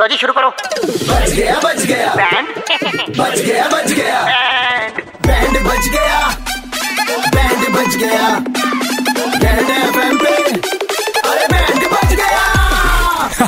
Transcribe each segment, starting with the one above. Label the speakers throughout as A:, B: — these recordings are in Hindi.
A: लो जी शुरू करो
B: बच गया बच गया
A: बैंड
B: बच गया बच गया
A: बैंड
B: बैंड बच गया बैंड बच गया बैंड एफएम पे अरे बैंड बच गया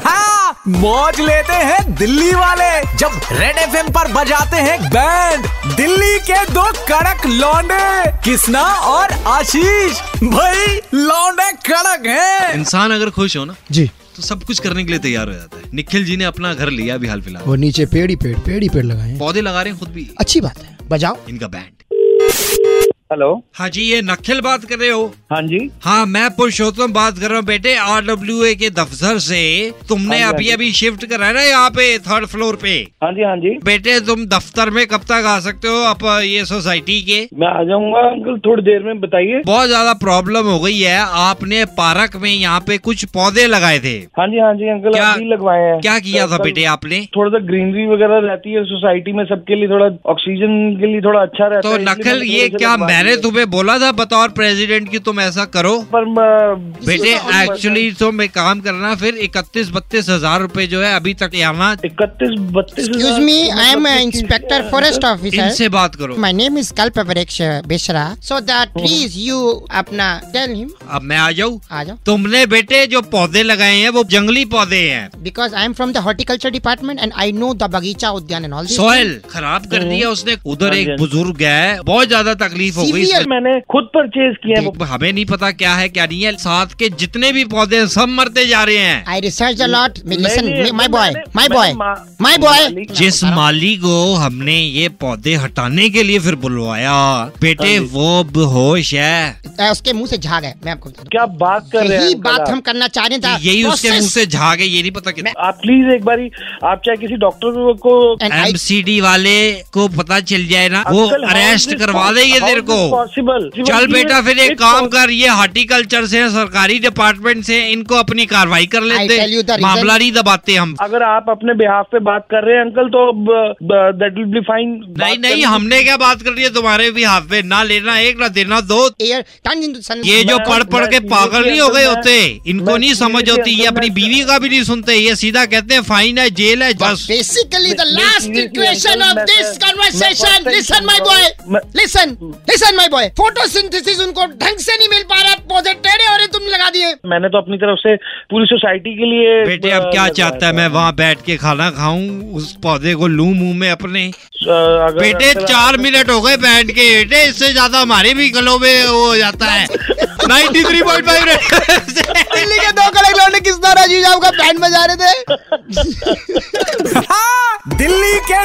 C: हाँ, मौज लेते हैं दिल्ली वाले जब रेड एफ पर बजाते हैं बैंड दिल्ली के दो कड़क लौंडे किसना और आशीष भाई लौंडे कड़क हैं
D: इंसान अगर खुश हो ना
E: जी
D: तो सब कुछ करने के लिए तैयार हो जाता है निखिल जी ने अपना घर लिया अभी हाल फिलहाल
E: और नीचे पेड़ ही पेड़ पेड़ ही पेड़ लगाए हैं
D: पौधे लगा रहे हैं खुद भी
E: अच्छी बात है बजाओ
D: इनका बैंड
F: हेलो
D: हाँ जी ये नखिल बात कर रहे हो
F: हाँ जी
D: हाँ मैं पुरुषोत्तम बात कर रहा हूँ बेटे आर डब्ल्यू ए के दफ्तर से तुमने
F: हाँ जी,
D: अभी
F: हाँ
D: अभी शिफ्ट करा है ना यहाँ पे थर्ड फ्लोर पे
F: हाँ जी हाँ जी
D: बेटे तुम दफ्तर में कब तक आ सकते हो आप अ, ये सोसाइटी के
F: मैं आ जाऊंगा अंकल थोड़ी देर में बताइए
D: बहुत ज्यादा प्रॉब्लम हो गई है आपने पार्क में यहाँ पे कुछ पौधे लगाए थे
F: हाँ जी हाँ जी अंकल
D: क्या-
F: अभी लगवाए हैं
D: क्या किया था
F: अंकल,
D: बेटे आपने
F: थोड़ा सा ग्रीनरी वगैरह रहती है सोसाइटी में सबके लिए थोड़ा ऑक्सीजन के लिए थोड़ा अच्छा रहता
D: तो
F: है इसलिए
D: नकल
F: मैंने
D: ये
F: थोड़े से
D: क्या
F: लगवा
D: मैंने
F: दिए।
D: तुम्हें बोला था बतौर प्रेसिडेंट कि तुम ऐसा करो
F: पर मैं-
D: बेटे एक्चुअली तुम एक काम करना फिर इकतीस बत्तीस हजार रूपए जो है अभी तक यहाँ
F: इकतीस बत्तीस
G: Excuse
F: हजार-
G: me, I am an
F: मतलब इक्कीस-
G: inspector forest officer.
D: इनसे बात करो
G: My name is Kalpavreksha Bishra. So that please you apna tell him.
D: अब मैं आ जाऊँ
G: आ जाओ।
D: तुमने बेटे जो पौधे लगाए हैं वो जंगली पौधे हैं
G: Because I am from the horticulture department and I know the Bagicha Udyan and all this.
D: Soil खराब कर दिया उसने उधर
F: हाँ
D: एक
F: जी, हाँ जी।
D: बुजुर्ग है बहुत ज्यादा तकलीफ हो गई
G: Severe
D: इसमें।
F: मैंने खुद परचेज किया है वो।
D: हमें नहीं पता क्या है क्या नहीं है साथ के जितने भी पौधे हैं सब मरते जा रहे हैं
G: I researched a lot.
F: नहीं,
G: Listen,
F: नहीं,
G: my
F: मैंने-
G: boy, my
F: मैंने
G: boy,
F: मा-
G: my boy.
F: मालिक-
D: जिस माली को हमने ये पौधे हटाने के लिए फिर बुलवाया बेटे
F: हाँ जी।
D: वो बेहोश है
G: आ, उसके मुंह से झाग है मैं आपको बता दूं।
F: क्या बात कर रहे हैं
G: यही
F: अंकल
G: बात
F: आप?
G: हम करना चाह रहे थे
D: यही उसके मुंह से झाग है ये नहीं पता कितना
F: आप प्लीज एक बारी आप चाहे किसी डॉक्टर को- को
D: एमसीडी वाले को पता चल जाए ना वो
F: Uncle, how is
D: arrest
F: this
D: करवा
F: pos-
D: देंगे
F: how
D: तेरे
F: is
D: को
F: this possible? जीवन
D: चल
F: की
D: बेटा
F: ये-
D: फिर एक
F: एक
D: काम
F: pos-
D: कर ये हॉर्टिकल्चर से सरकारी डिपार्टमेंट से इनको अपनी कार्रवाई कर
G: tell you the
D: लेते
G: reason-
D: मामला नहीं दबाते हम
F: अगर आप अपने बिहाफ पे बात कर रहे हैं अंकल तो दैट विल बी फाइन
D: नहीं नहीं हमने क्या बात कर रही है तुम्हारे भी हाथ में ना लेना एक ना देना दो
G: एयर टर्न इनटू सन
D: ये जो
F: मैं-
D: पढ़ पढ़ के
F: मैं
D: पागल
F: seriously
D: नहीं हो गए
F: अंकल,
D: होते
F: मैं-
D: इनको
F: मैं
D: नहीं समझ
F: seriously
D: होती ये
F: अंकल,
D: अपनी
F: मैं-
D: बीवी का भी नहीं सुनते ये सीधा कहते हैं फाइन है जेल है बस
G: Basically, the
F: मैं-
G: last
F: मैं-
G: equation
F: मैं-
G: of this
F: मैं-
G: conversation.
F: मैं-
G: Listen, my boy.
F: मैं-
G: Listen, listen, my boy. Photosynthesis उनको ढंग से नहीं मिल पा रहा पौधे टेढ़े हो रहे तुम लगा दिए
F: मैंने तो अपनी तरफ से पूरी सोसाइटी के लिए
D: बेटे अब
F: अ,
D: क्या
F: लगवाया
D: चाहता है
F: था।
D: मैं वहाँ बैठ के खाना खाऊं उस पौधे को लू मुंह में अपने
F: अ, अगर-
D: बेटे
F: अगर-
D: चार मिनट हो गए बैठ के बेटे इससे ज्यादा हमारे भी गलों में वो हो जाता है नाइन्टी थ्री पॉइंट
G: दिल्ली के दो कड़क लौंडे किस तरह जी जाओ का बैंड बजा रहे थे
C: हाँ, दिल्ली के